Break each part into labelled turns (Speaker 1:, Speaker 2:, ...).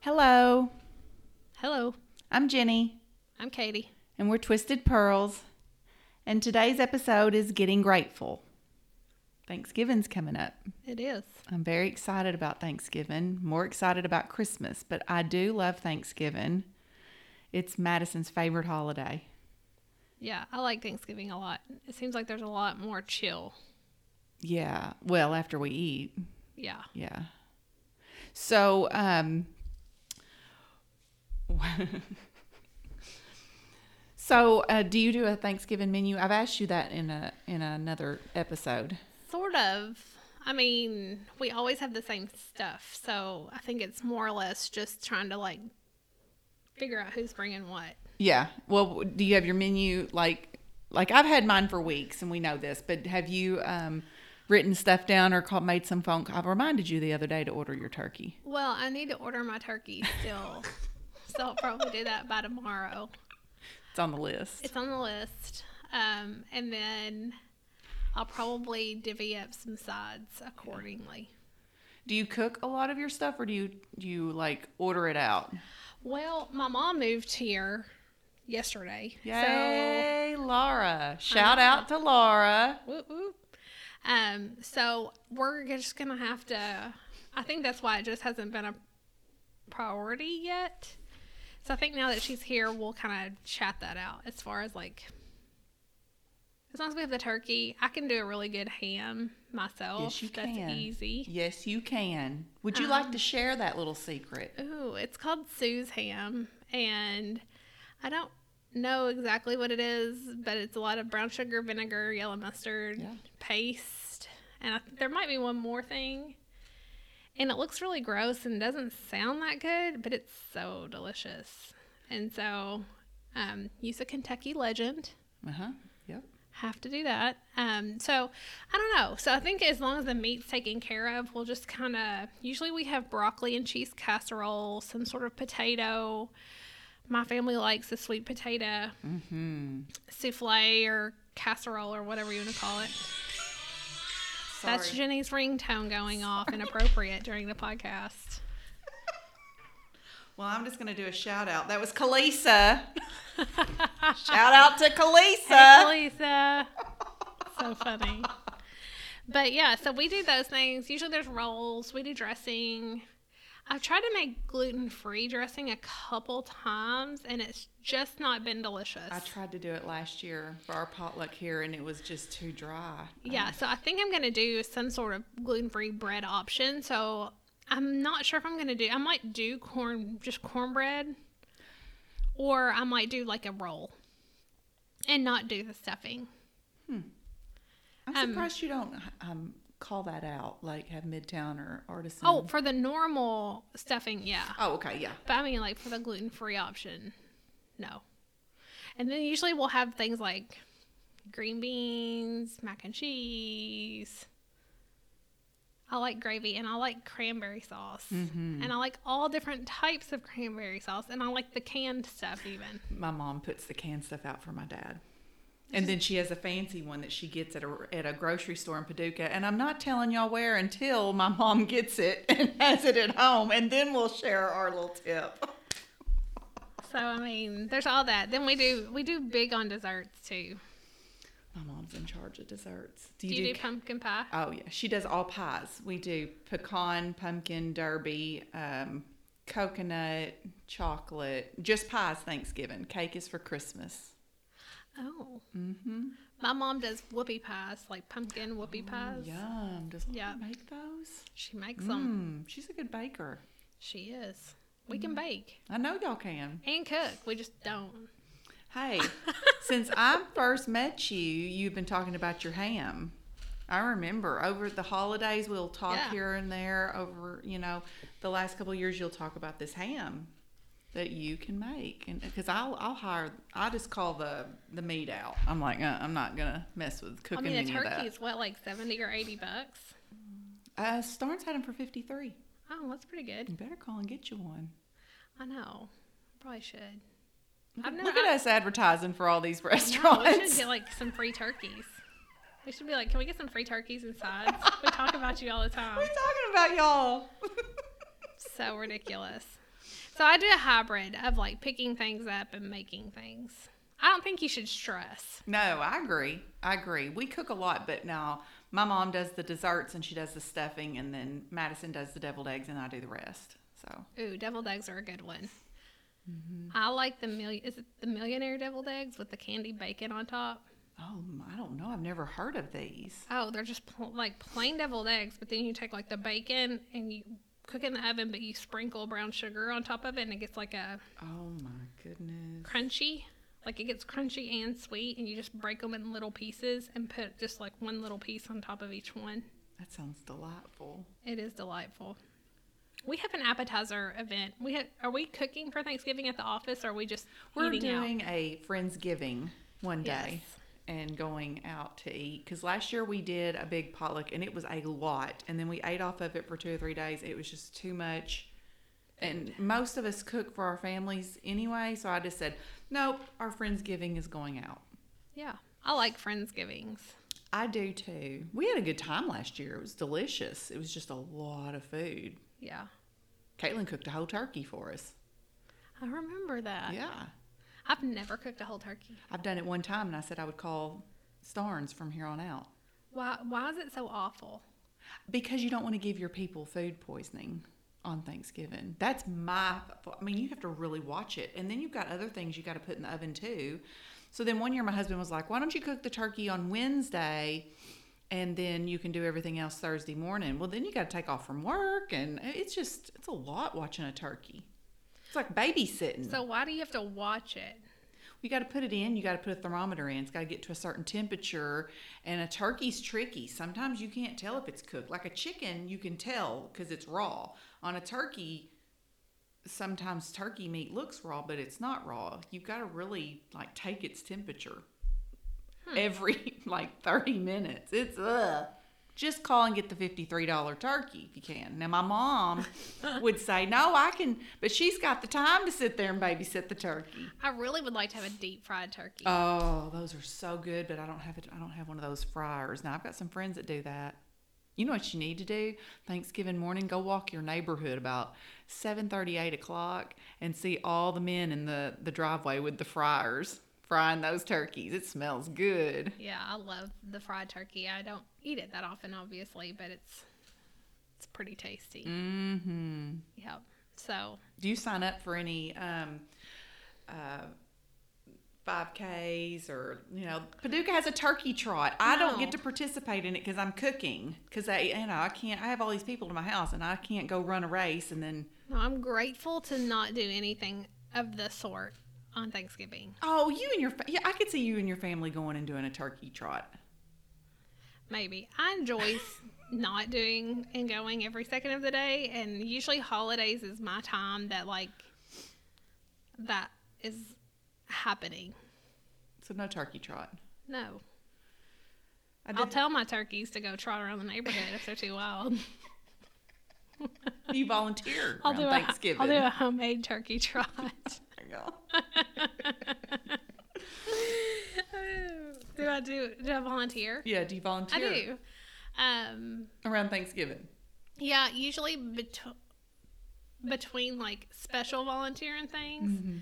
Speaker 1: Hello,
Speaker 2: Hello,
Speaker 1: I'm Jenny,
Speaker 2: I'm Katie.
Speaker 1: and we're Twisted Pearls, and today's episode is Getting Grateful. Thanksgiving's coming up.
Speaker 2: It is.
Speaker 1: I'm very excited about Thanksgiving, more excited about Christmas, but I do love Thanksgiving. It's Madison's favorite holiday.
Speaker 2: Yeah, I like Thanksgiving a lot. It seems like there's a lot more chill.
Speaker 1: Yeah. Well, after we eat.
Speaker 2: Yeah.
Speaker 1: Yeah. So, um, so uh, do you do a Thanksgiving menu? I've asked you that in a in another episode.
Speaker 2: Sort of. I mean, we always have the same stuff. So I think it's more or less just trying to like figure out who's bringing what.
Speaker 1: Yeah. Well, do you have your menu like like I've had mine for weeks and we know this, but have you um written stuff down or called made some phone call? I reminded you the other day to order your turkey.
Speaker 2: Well, I need to order my turkey still. so I'll probably do that by tomorrow.
Speaker 1: It's on the list.
Speaker 2: It's on the list. Um, and then I'll probably divvy up some sides accordingly.
Speaker 1: Do you cook a lot of your stuff or do you do you like order it out?
Speaker 2: Well, my mom moved here yesterday. So
Speaker 1: Yay, Laura. Shout out to Laura.
Speaker 2: Whoop, whoop. Um, so we're just gonna have to. I think that's why it just hasn't been a priority yet. So I think now that she's here, we'll kind of chat that out as far as like. As long as we have the turkey, I can do a really good ham myself.
Speaker 1: Yes, you
Speaker 2: Oh, That's
Speaker 1: can.
Speaker 2: easy. Um,
Speaker 1: Yes, you can. Would you like to share that little secret?
Speaker 2: Ooh, it's called Sue's ham, and I don't know exactly what it is, but it's a lot of brown sugar, vinegar, yellow mustard,
Speaker 1: Yeah.
Speaker 2: paste, and I, there might be one more thing. And it looks really gross and doesn't sound that good, but it's so delicious. And so, um, use a Kentucky legend
Speaker 1: Uh-huh. Yep.
Speaker 2: have to do that. Um, so I don't know. So I think as long as the meat's taken care of, we'll just kind of usually we have broccoli and cheese casserole, some sort of potato. My family likes the sweet potato
Speaker 1: Mhm.
Speaker 2: souffle or casserole or whatever you want to call it.
Speaker 1: Sorry.
Speaker 2: That's Jenny's ringtone going off inappropriate during the podcast.
Speaker 1: Well, I'm just going to do a shout out. That was Kalisa. shout out to Kalisa.
Speaker 2: Hey, Lisa. so funny. But yeah, so we do those things. Usually there's rolls, we do dressing. I've tried to make gluten free dressing a couple times and it's just not been delicious.
Speaker 1: I tried to do it last year for our potluck here, and it was just too dry.
Speaker 2: yeah, so I think I'm going to do some sort of gluten free bread option. So I'm not sure if I'm going to do, I might do corn, just cornbread, or I might do like a roll and not do the stuffing.
Speaker 1: I'm
Speaker 2: Um,
Speaker 1: surprised you don't um, call that out, like have Midtown or Artisan.
Speaker 2: Oh, for the normal stuffing, yeah.
Speaker 1: oh, okay, yeah.
Speaker 2: But I mean, like for the gluten free option, no. And then usually we'll have things like green beans, mac and cheese. I like gravy and I like cranberry sauce. And I like all different types of cranberry sauce. And I like the canned stuff, even.
Speaker 1: My mom puts the canned stuff out for my dad. And then she has a fancy one that she gets at a, at a grocery store in Paducah. And I'm not telling y'all where until my mom gets it and has it at home. And then we'll share our little tip.
Speaker 2: So, I mean, there's all that. Then we do, we do big on desserts too.
Speaker 1: My mom's in charge of desserts.
Speaker 2: Do you do pumpkin pie?
Speaker 1: Oh yeah, she does all pies. We do pecan, pumpkin, derby, um, coconut, chocolate, just pies. Thanksgiving cake is for Christmas.
Speaker 2: Oh. Mm-hmm. My mom does whoopie pies, like pumpkin whoopie pies.
Speaker 1: Yum! Does Laura
Speaker 2: Yeah.
Speaker 1: make those?
Speaker 2: She makes them.
Speaker 1: Mm, she's a good baker.
Speaker 2: She is. We can bake
Speaker 1: I know y'all can.
Speaker 2: and cook. We just don't.
Speaker 1: Hey, since I first met you, you've been talking about your ham. I remember over the holidays we'll talk
Speaker 2: Yeah.
Speaker 1: here and there over, you know, the last couple of years you'll talk about this ham that you can make and because I'll, I'll hire i just call the the meat out i'm like uh, i'm not gonna mess with
Speaker 2: I
Speaker 1: cooking
Speaker 2: mean, a
Speaker 1: any of
Speaker 2: turkey
Speaker 1: that
Speaker 2: is what, like 70 or 80 bucks?
Speaker 1: uh starnes had them for 53
Speaker 2: Oh, that's pretty good.
Speaker 1: you better call and get you one
Speaker 2: I know. Probably should.
Speaker 1: look,
Speaker 2: I've
Speaker 1: at-
Speaker 2: never-
Speaker 1: look at us advertising for all these
Speaker 2: No, we should
Speaker 1: restaurants
Speaker 2: get like some free turkeys. We should be like, can we get some free turkeys and sides? we talk about you all the time.
Speaker 1: we're talking about y'all
Speaker 2: So ridiculous. So I do a hybrid of like picking things up and making things. I don't think you should stress.
Speaker 1: No, I agree. I agree. We cook a lot, but now my mom does the desserts and she does the stuffing, and then Madison does the deviled eggs, and I do the rest. So
Speaker 2: Ooh, deviled eggs are a good one.
Speaker 1: Mm-hmm.
Speaker 2: I like the million. Is it the millionaire deviled eggs with the candy bacon on top?
Speaker 1: oh, I don't know. I've never heard of these.
Speaker 2: Oh, they're just pl- like plain deviled eggs, but then you take like the bacon and you cook it in the oven, but you sprinkle brown sugar on top of it, and it gets like a
Speaker 1: Oh my goodness.
Speaker 2: crunchy. Like it gets crunchy and sweet, and you just break them in little pieces and put just like one little piece on top of each one.
Speaker 1: That sounds delightful.
Speaker 2: It is delightful. We have an appetizer event. We have, are we cooking for Thanksgiving at the office, or are we just
Speaker 1: We're
Speaker 2: eating out?
Speaker 1: doing a Friendsgiving one day
Speaker 2: Yes.
Speaker 1: and going out to eat because last year we did a big potluck and it was a lot, and then we ate off of it for two or three days. It was just too much. And most of us cook for our families anyway, so I just said, nope, our Friendsgiving is going out.
Speaker 2: Yeah, I like Friendsgivings.
Speaker 1: I do too. We had a good time last year. It was delicious. It was just a lot of food.
Speaker 2: Yeah,
Speaker 1: Caitlin cooked a whole turkey for us.
Speaker 2: I remember that.
Speaker 1: Yeah.
Speaker 2: I've never cooked a whole turkey.
Speaker 1: I've done it one time and I said I would call Starnes from here on out.
Speaker 2: Why? Why is it so awful?
Speaker 1: Because you don't want to give your people food poisoning on Thanksgiving. That's my, I mean, you have to really watch it. And then you've got other things you got to put in the oven too. So then one year my husband was like, why don't you cook the turkey on Wednesday and then you can do everything else Thursday morning? Well, then you got to take off from work. And uh, it's just, it's a lot watching a turkey. It's like babysitting.
Speaker 2: So why do you have to watch it?
Speaker 1: You got to put it in. You got to put a thermometer in. It's got to get to a certain temperature. And a turkey's tricky. Sometimes you can't tell if it's cooked. Like a chicken, you can tell because it's raw. On a turkey, sometimes turkey meat looks raw, but it's not raw. You've got to really like take its temperature every like 30 minutes. It's uh just call and get the $53 turkey if you can. Now my mom would say, "No, I can," but she's got the time to sit there and babysit the turkey.
Speaker 2: I really would like to have a deep fried turkey.
Speaker 1: Oh, those are so good, but I don't have it. I don't have one of those fryers. Now I've got some friends that do that. You know what you need to do? Thanksgiving morning, go walk your neighborhood about 7:30, 8 o'clock, and see all the men in the the driveway with the fryers frying those turkeys. It smells good.
Speaker 2: yeah, I love the fried turkey. I don't eat it that often, obviously, but it's it's pretty tasty.
Speaker 1: Mm. Mm-hmm.
Speaker 2: Yep. So
Speaker 1: Do you sign up for any um, uh, 5Ks or, you know, Paducah has a turkey trot. I don't
Speaker 2: No.
Speaker 1: get to participate in it because I'm cooking. Because I, you know, I can't, I have all these people to my house and I can't go run a race and then,
Speaker 2: no, I'm grateful to not do anything of the sort on Thanksgiving.
Speaker 1: oh, you and your, fa- yeah, I could see you and your family going and doing a turkey trot.
Speaker 2: Maybe I enjoy s- not doing and going every second of the day, and usually holidays is my time that like that is happening.
Speaker 1: So no turkey trot.
Speaker 2: No.
Speaker 1: I
Speaker 2: I'll
Speaker 1: did,
Speaker 2: tell my turkeys to go trot around the neighborhood if they're too wild.
Speaker 1: you volunteer
Speaker 2: I'll
Speaker 1: around
Speaker 2: do a
Speaker 1: Thanksgiving.
Speaker 2: will do a homemade turkey trot.
Speaker 1: There you go.
Speaker 2: do I do do I volunteer?
Speaker 1: Yeah, do you
Speaker 2: I
Speaker 1: volunteer
Speaker 2: do. Um,
Speaker 1: around Thanksgiving?
Speaker 2: yeah, usually betw between like special volunteering things.
Speaker 1: Mm-hmm.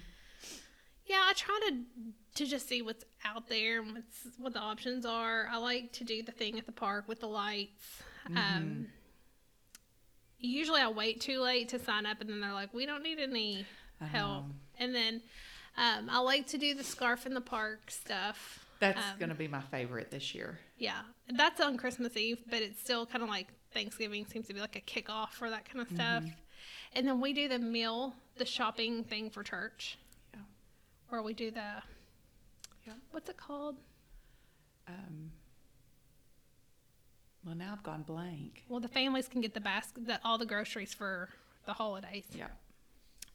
Speaker 2: Yeah, I try to to just see what's out there and what's what the options are. I like to do the thing at the park with the lights. Um,
Speaker 1: Mm-hmm.
Speaker 2: usually, I wait too late to sign up, and then they're like, "We don't need any
Speaker 1: I
Speaker 2: help."
Speaker 1: know.
Speaker 2: And then um, I like to do the scarf in the park stuff.
Speaker 1: That's
Speaker 2: Um,
Speaker 1: going to be my favorite this year.
Speaker 2: Yeah, that's on Christmas Eve, but it's still kind of like Thanksgiving seems to be like a kickoff for that kind of
Speaker 1: Mm-hmm.
Speaker 2: stuff. And then we do the meal, the shopping thing for church.
Speaker 1: Yeah.
Speaker 2: Or we do the,
Speaker 1: Yeah.
Speaker 2: what's it called?
Speaker 1: Um, well, now I've gone blank.
Speaker 2: Well, the families can get the basket, the, all the groceries for the holidays.
Speaker 1: Yeah.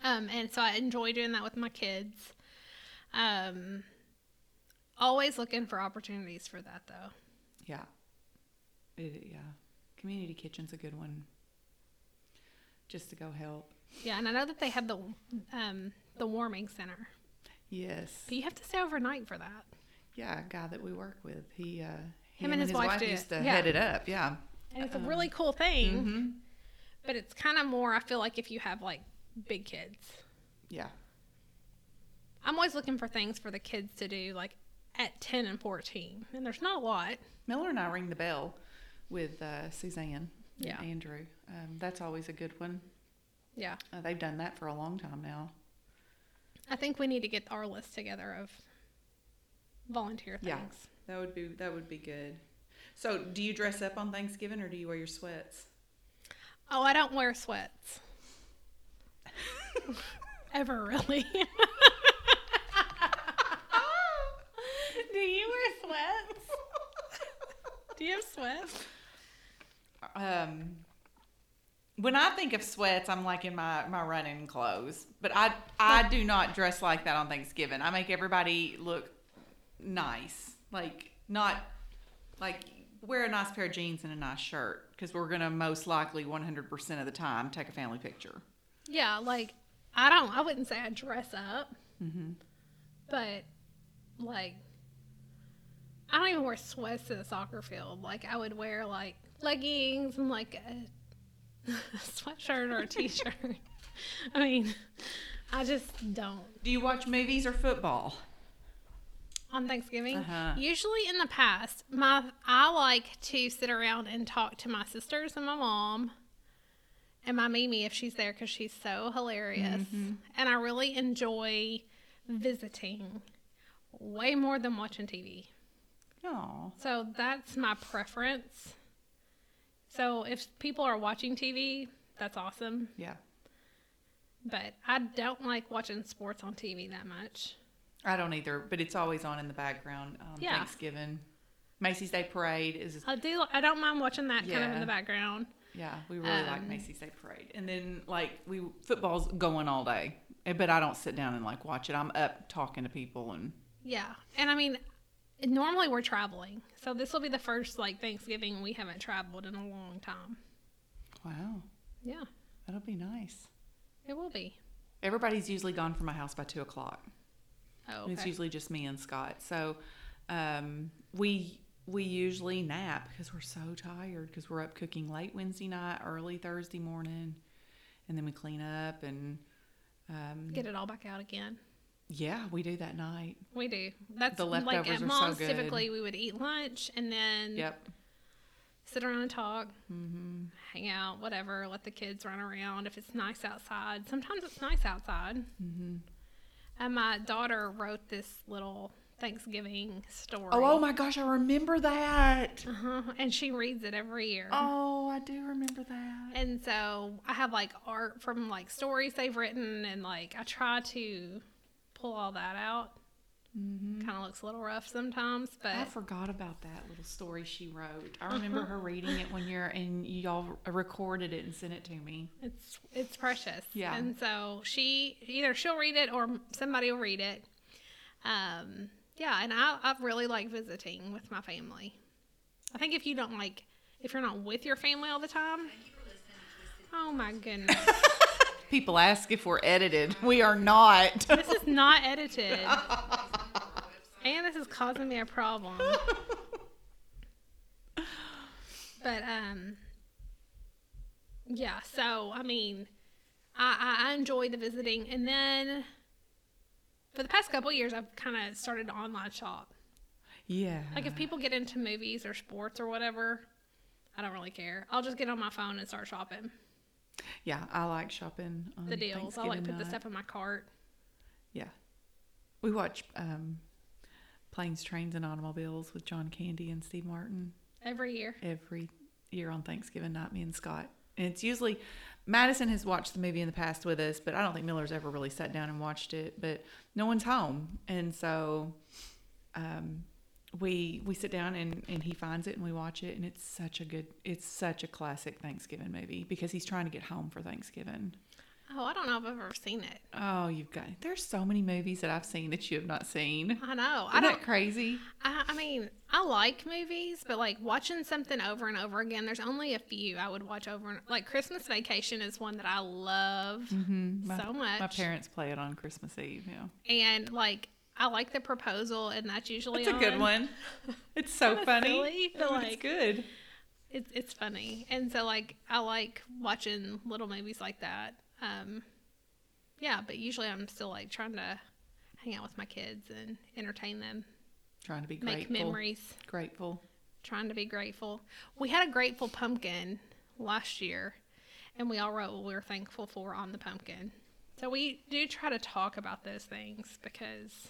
Speaker 2: Um, and so I enjoy doing that with my kids. Um, always looking for opportunities for that though.
Speaker 1: Yeah. It, Uh, yeah. Community kitchen's a good one. Just to go help.
Speaker 2: Yeah, and I know that they have the um, the warming center,
Speaker 1: Yes.
Speaker 2: but you have to stay overnight for that.
Speaker 1: Yeah, a guy that we work with. He, uh, he
Speaker 2: Him and his wife do it.
Speaker 1: used to
Speaker 2: Yeah.
Speaker 1: head it up. Yeah.
Speaker 2: And it's a really cool thing,
Speaker 1: mm-hmm.
Speaker 2: but it's kind of more. I feel like if you have like big kids,
Speaker 1: Yeah.
Speaker 2: I'm always looking for things for the kids to do, like at 10 and 14, and there's not a lot.
Speaker 1: Miller and I ring the bell with uh, Suzanne
Speaker 2: Yeah.
Speaker 1: and Andrew. Um, that's always a good one.
Speaker 2: Yeah,
Speaker 1: Uh, they've done that for a long time now.
Speaker 2: I think we need to get our list together of volunteer things.
Speaker 1: Yeah. That would be that would be good. So, do you dress up on Thanksgiving or do you wear your sweats?
Speaker 2: Oh, I don't wear sweats. Ever really. Do you wear sweats? Do you have sweats?
Speaker 1: Um, when I think of sweats, I'm like in my, my running clothes, but I I do not dress like that on Thanksgiving. I make everybody look nice, like not like wear a nice pair of jeans and a nice shirt because we're gonna most likely 100% of the time take a family picture.
Speaker 2: Yeah, like I don't. I wouldn't say I dress up, but like I don't even wear sweats to the soccer field. Like I would wear like leggings and like a, sweatshirt or a t-shirt. I mean, I just don't
Speaker 1: Do you watch movies or football?
Speaker 2: on Thanksgiving.
Speaker 1: Uh-huh.
Speaker 2: Usually in the past, my I like to sit around and talk to my sisters and my mom and my Mimi if she's there because she's so hilarious.
Speaker 1: Mm-hmm.
Speaker 2: And I really enjoy visiting way more than watching TV.
Speaker 1: Oh,
Speaker 2: So that's my preference. So if people are watching TV, that's awesome.
Speaker 1: yeah.
Speaker 2: But I don't like watching sports on TV that much.
Speaker 1: I don't either, but it's always on in the background on
Speaker 2: Yeah.
Speaker 1: Thanksgiving. Macy's Day Parade is
Speaker 2: I do. I don't mind watching that kind of in
Speaker 1: Yeah.
Speaker 2: the background.
Speaker 1: Yeah, we really like
Speaker 2: Um,
Speaker 1: Macy's Day Parade, and then like we football's going all day, eh, but I don't sit down and like watch it. I'm up talking to people, and
Speaker 2: Yeah. And I mean, normally we're traveling. So this will be the first like Thanksgiving we haven't traveled in a long time.
Speaker 1: wow,
Speaker 2: Yeah,
Speaker 1: that'll be nice.
Speaker 2: it will be.
Speaker 1: Everybody's usually gone from my house by two o'clock.
Speaker 2: Oh,
Speaker 1: And It's
Speaker 2: okay.
Speaker 1: usually just me and Scott. So um, we we usually nap because we're so tired because we're up cooking late Wednesday night, early Thursday morning, and then we clean up and um,
Speaker 2: Get it all back out again.
Speaker 1: yeah, we do that night.
Speaker 2: We do. That's
Speaker 1: The
Speaker 2: like
Speaker 1: leftovers
Speaker 2: at
Speaker 1: are so
Speaker 2: mom's
Speaker 1: good.
Speaker 2: typically we would eat lunch and then
Speaker 1: Yep. Mm-hmm.
Speaker 2: sit around and talk, hang out, whatever. Let the kids run around if it's nice outside. Sometimes it's nice outside. Mm-hmm. And my daughter wrote this little Thanksgiving story.
Speaker 1: Oh, oh my gosh, I remember that.
Speaker 2: uh And she reads it every year.
Speaker 1: Oh, I do remember that.
Speaker 2: And so I have like art from like stories they've written, and like I try to pull all that out. Kind of looks a little rough sometimes,
Speaker 1: I
Speaker 2: but
Speaker 1: forgot about that little story she wrote. I remember
Speaker 2: Uh-huh.
Speaker 1: her reading it one year, and y'all recorded it and sent it to me.
Speaker 2: it's it's precious.
Speaker 1: Yeah.
Speaker 2: And so she either she'll read it or somebody will read it. Um. Yeah, and I I really like visiting with my family. I think if you don't like if you're not with your family all the time. Oh my goodness.
Speaker 1: People ask if we're edited. We are not.
Speaker 2: This is not edited. and this is causing me a problem. but um yeah, so I mean I, I- I enjoy the visiting and then for the past couple years I've kinda started to online shop.
Speaker 1: yeah.
Speaker 2: Like if people get into movies or sports or whatever, I don't really care. I'll just get on my phone and start shopping.
Speaker 1: yeah, I like shopping. On
Speaker 2: The deals. I like put
Speaker 1: Mm, Thanksgiving
Speaker 2: the
Speaker 1: night.
Speaker 2: stuff in my cart.
Speaker 1: Yeah. We watch um, Planes, Trains, and Automobiles with John Candy and Steve Martin.
Speaker 2: Every year.
Speaker 1: every year on Thanksgiving night, me and Scott. And it's usually Madison has watched the movie in the past with us, but I don't think Miller's ever really sat down and watched it. But no one's home, and so um, we we sit down and and he finds it and we watch it and it's such a good it's such a classic Thanksgiving movie because he's trying to get home for Thanksgiving.
Speaker 2: Oh, I don't know if I've ever seen it.
Speaker 1: Oh, you've got there's so many movies that I've seen that you have not seen. Isn't
Speaker 2: I know. Uh, I don't.
Speaker 1: that crazy?
Speaker 2: I, I mean, I like movies, but like watching something over and over again. There's only a few I would watch over. And, like Christmas Vacation is one that I love
Speaker 1: Mm-hmm. My,
Speaker 2: Mm, so
Speaker 1: my
Speaker 2: much,
Speaker 1: parents play it on Christmas Eve. Yeah,
Speaker 2: and like I like the proposal, and that's usually
Speaker 1: it's a good
Speaker 2: on.
Speaker 1: one. It's so
Speaker 2: Kinda
Speaker 1: funny.
Speaker 2: silly, but,
Speaker 1: Oh, it's
Speaker 2: like-
Speaker 1: good.
Speaker 2: It's it's funny, and so like I like watching little movies like that. Um, yeah, but usually I'm still like trying to hang out with my kids and entertain them,
Speaker 1: Trying to be
Speaker 2: make
Speaker 1: grateful.
Speaker 2: memories,
Speaker 1: Grateful.
Speaker 2: trying to be grateful. We had a grateful pumpkin last year, and we all wrote what we were thankful for on the pumpkin. So we do try to talk about those things because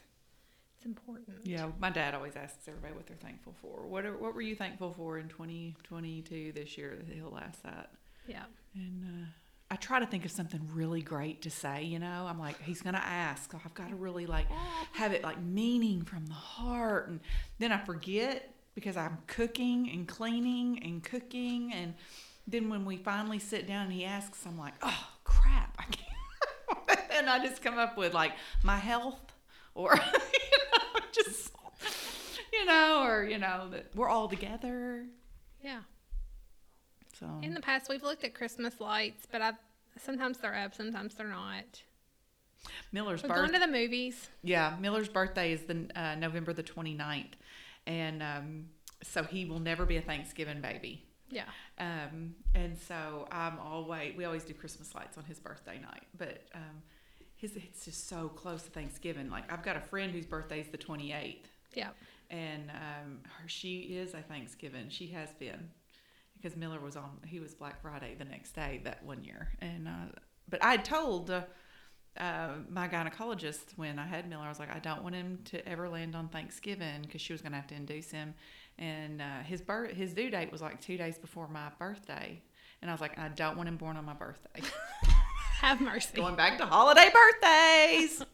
Speaker 2: it's important.
Speaker 1: Yeah, my dad always asks everybody what they're thankful for. What are, What were you thankful for in 2022 this year? He'll ask that.
Speaker 2: Yeah.
Speaker 1: And uh, I try to think of something really great to say, you know. I'm like, he's gonna ask. I've got to really like have it like meaning from the heart, and then I forget because I'm cooking and cleaning and cooking, and then when we finally sit down and he asks, I'm like, oh crap, I can't. and I just come up with like my health, or you know, just you know, or you know that we're all together.
Speaker 2: Yeah.
Speaker 1: So
Speaker 2: In the past, we've looked at Christmas lights, but I sometimes they're up, sometimes they're not.
Speaker 1: Miller's
Speaker 2: We're
Speaker 1: birthday.
Speaker 2: going to the movies.
Speaker 1: Yeah, Miller's birthday is the uh, November the 29th. And um, so he will never be a Thanksgiving baby.
Speaker 2: Yeah.
Speaker 1: Um, and so I'm always, we always do Christmas lights on his birthday night. But um, his, it's just so close to Thanksgiving. Like I've got a friend whose birthday's the 28th.
Speaker 2: Yeah.
Speaker 1: And um, her, she is a Thanksgiving. She has been. Because Miller was on, he was Black Friday the next day that one year. And, uh, but I told, uh, uh, my gynecologist when I had Miller, I was like, I don't want him to ever land on Thanksgiving because she was going to have to induce him. And uh, his birth, his due date was like two days before my birthday, and I was like, I don't want him born on my birthday.
Speaker 2: Have mercy.
Speaker 1: Going back to holiday birthdays.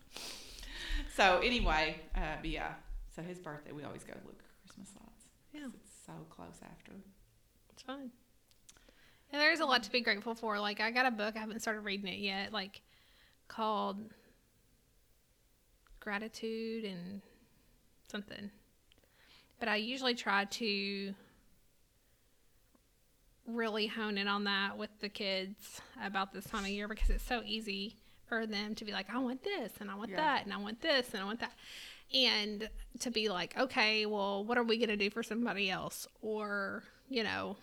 Speaker 1: so anyway, uh, but yeah, so his birthday, we always go look at Christmas lights.
Speaker 2: Yeah.
Speaker 1: It's so close after.
Speaker 2: It's fun. And there's a lot to be grateful for. Like, I got a book, I haven't started reading it yet, like, called Gratitude and something. But I usually try to really hone in on that with the kids about this time of year because it's so easy for them to be like, I want this and I want
Speaker 1: Yeah.
Speaker 2: that and I want this and I want that. And to be like, okay, well, what are we going to do for somebody else? Or, you know,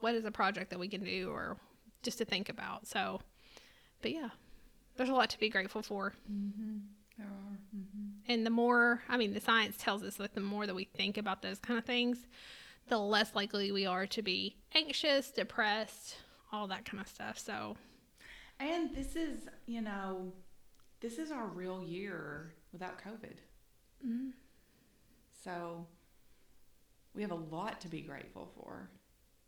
Speaker 2: what is a project that we can do or just to think about? So, but yeah, there's a lot to be grateful for.
Speaker 1: Mm-hmm. There are. Mm-hmm.
Speaker 2: And the more, I mean, the science tells us that the more that we think about those kind of things, the less likely we are to be anxious, depressed, all that kind of stuff. So,
Speaker 1: And this is, you know, this is our real year without COVID.
Speaker 2: mm,
Speaker 1: So we have a lot to be grateful for.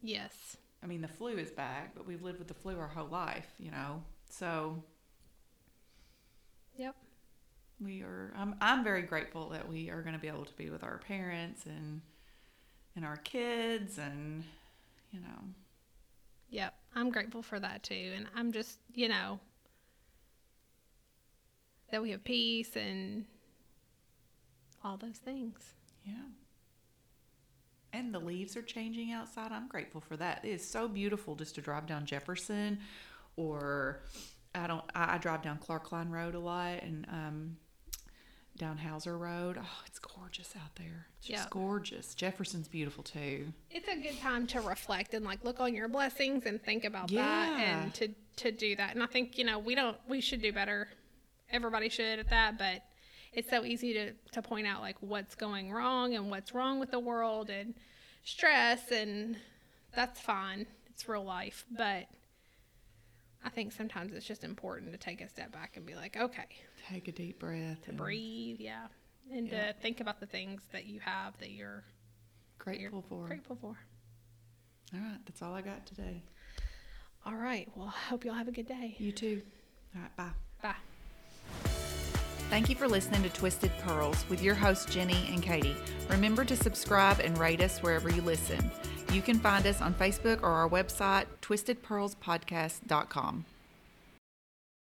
Speaker 2: yes.
Speaker 1: I mean, the flu is back, but we've lived with the flu our whole life, you know. So
Speaker 2: Yep.
Speaker 1: we are. I'm I'm very grateful that we are going to be able to be with our parents and and our kids and you know
Speaker 2: Yep. I'm grateful for that too. And I'm just, you know, that we have peace and all those things.
Speaker 1: yeah. And the leaves are changing outside. I'm grateful for that. It is so beautiful just to drive down Jefferson or I don't I, I drive down Clarkline Road a lot and um down Hauser Road. Oh, it's gorgeous out there. It's just
Speaker 2: Yeah.
Speaker 1: gorgeous. Jefferson's beautiful too.
Speaker 2: It's a good time to reflect and like look on your blessings and think about that
Speaker 1: Yeah.
Speaker 2: and to to do that. And I think, you know, we don't we should do better. Everybody should at that, but it's so easy to to point out like what's going wrong and what's wrong with the world and stress and that's fine. It's real life, but I think sometimes it's just important to take a step back and be like, okay,
Speaker 1: Take a deep breath.
Speaker 2: to
Speaker 1: and
Speaker 2: breathe, yeah, and
Speaker 1: Mm-hmm. Yeah.
Speaker 2: to think about the things that you have that you're
Speaker 1: Grateful for.
Speaker 2: grateful for.
Speaker 1: All right, that's all I got today.
Speaker 2: All right. Well, I hope y'all have a good day.
Speaker 1: You too. All right, bye.
Speaker 2: Bye.
Speaker 1: Thank you for listening to Twisted Pearls with your hosts, Jenny and Katie. Remember to subscribe and rate us wherever you listen. You can find us on Facebook or our website, twistedpearlspodcast.com.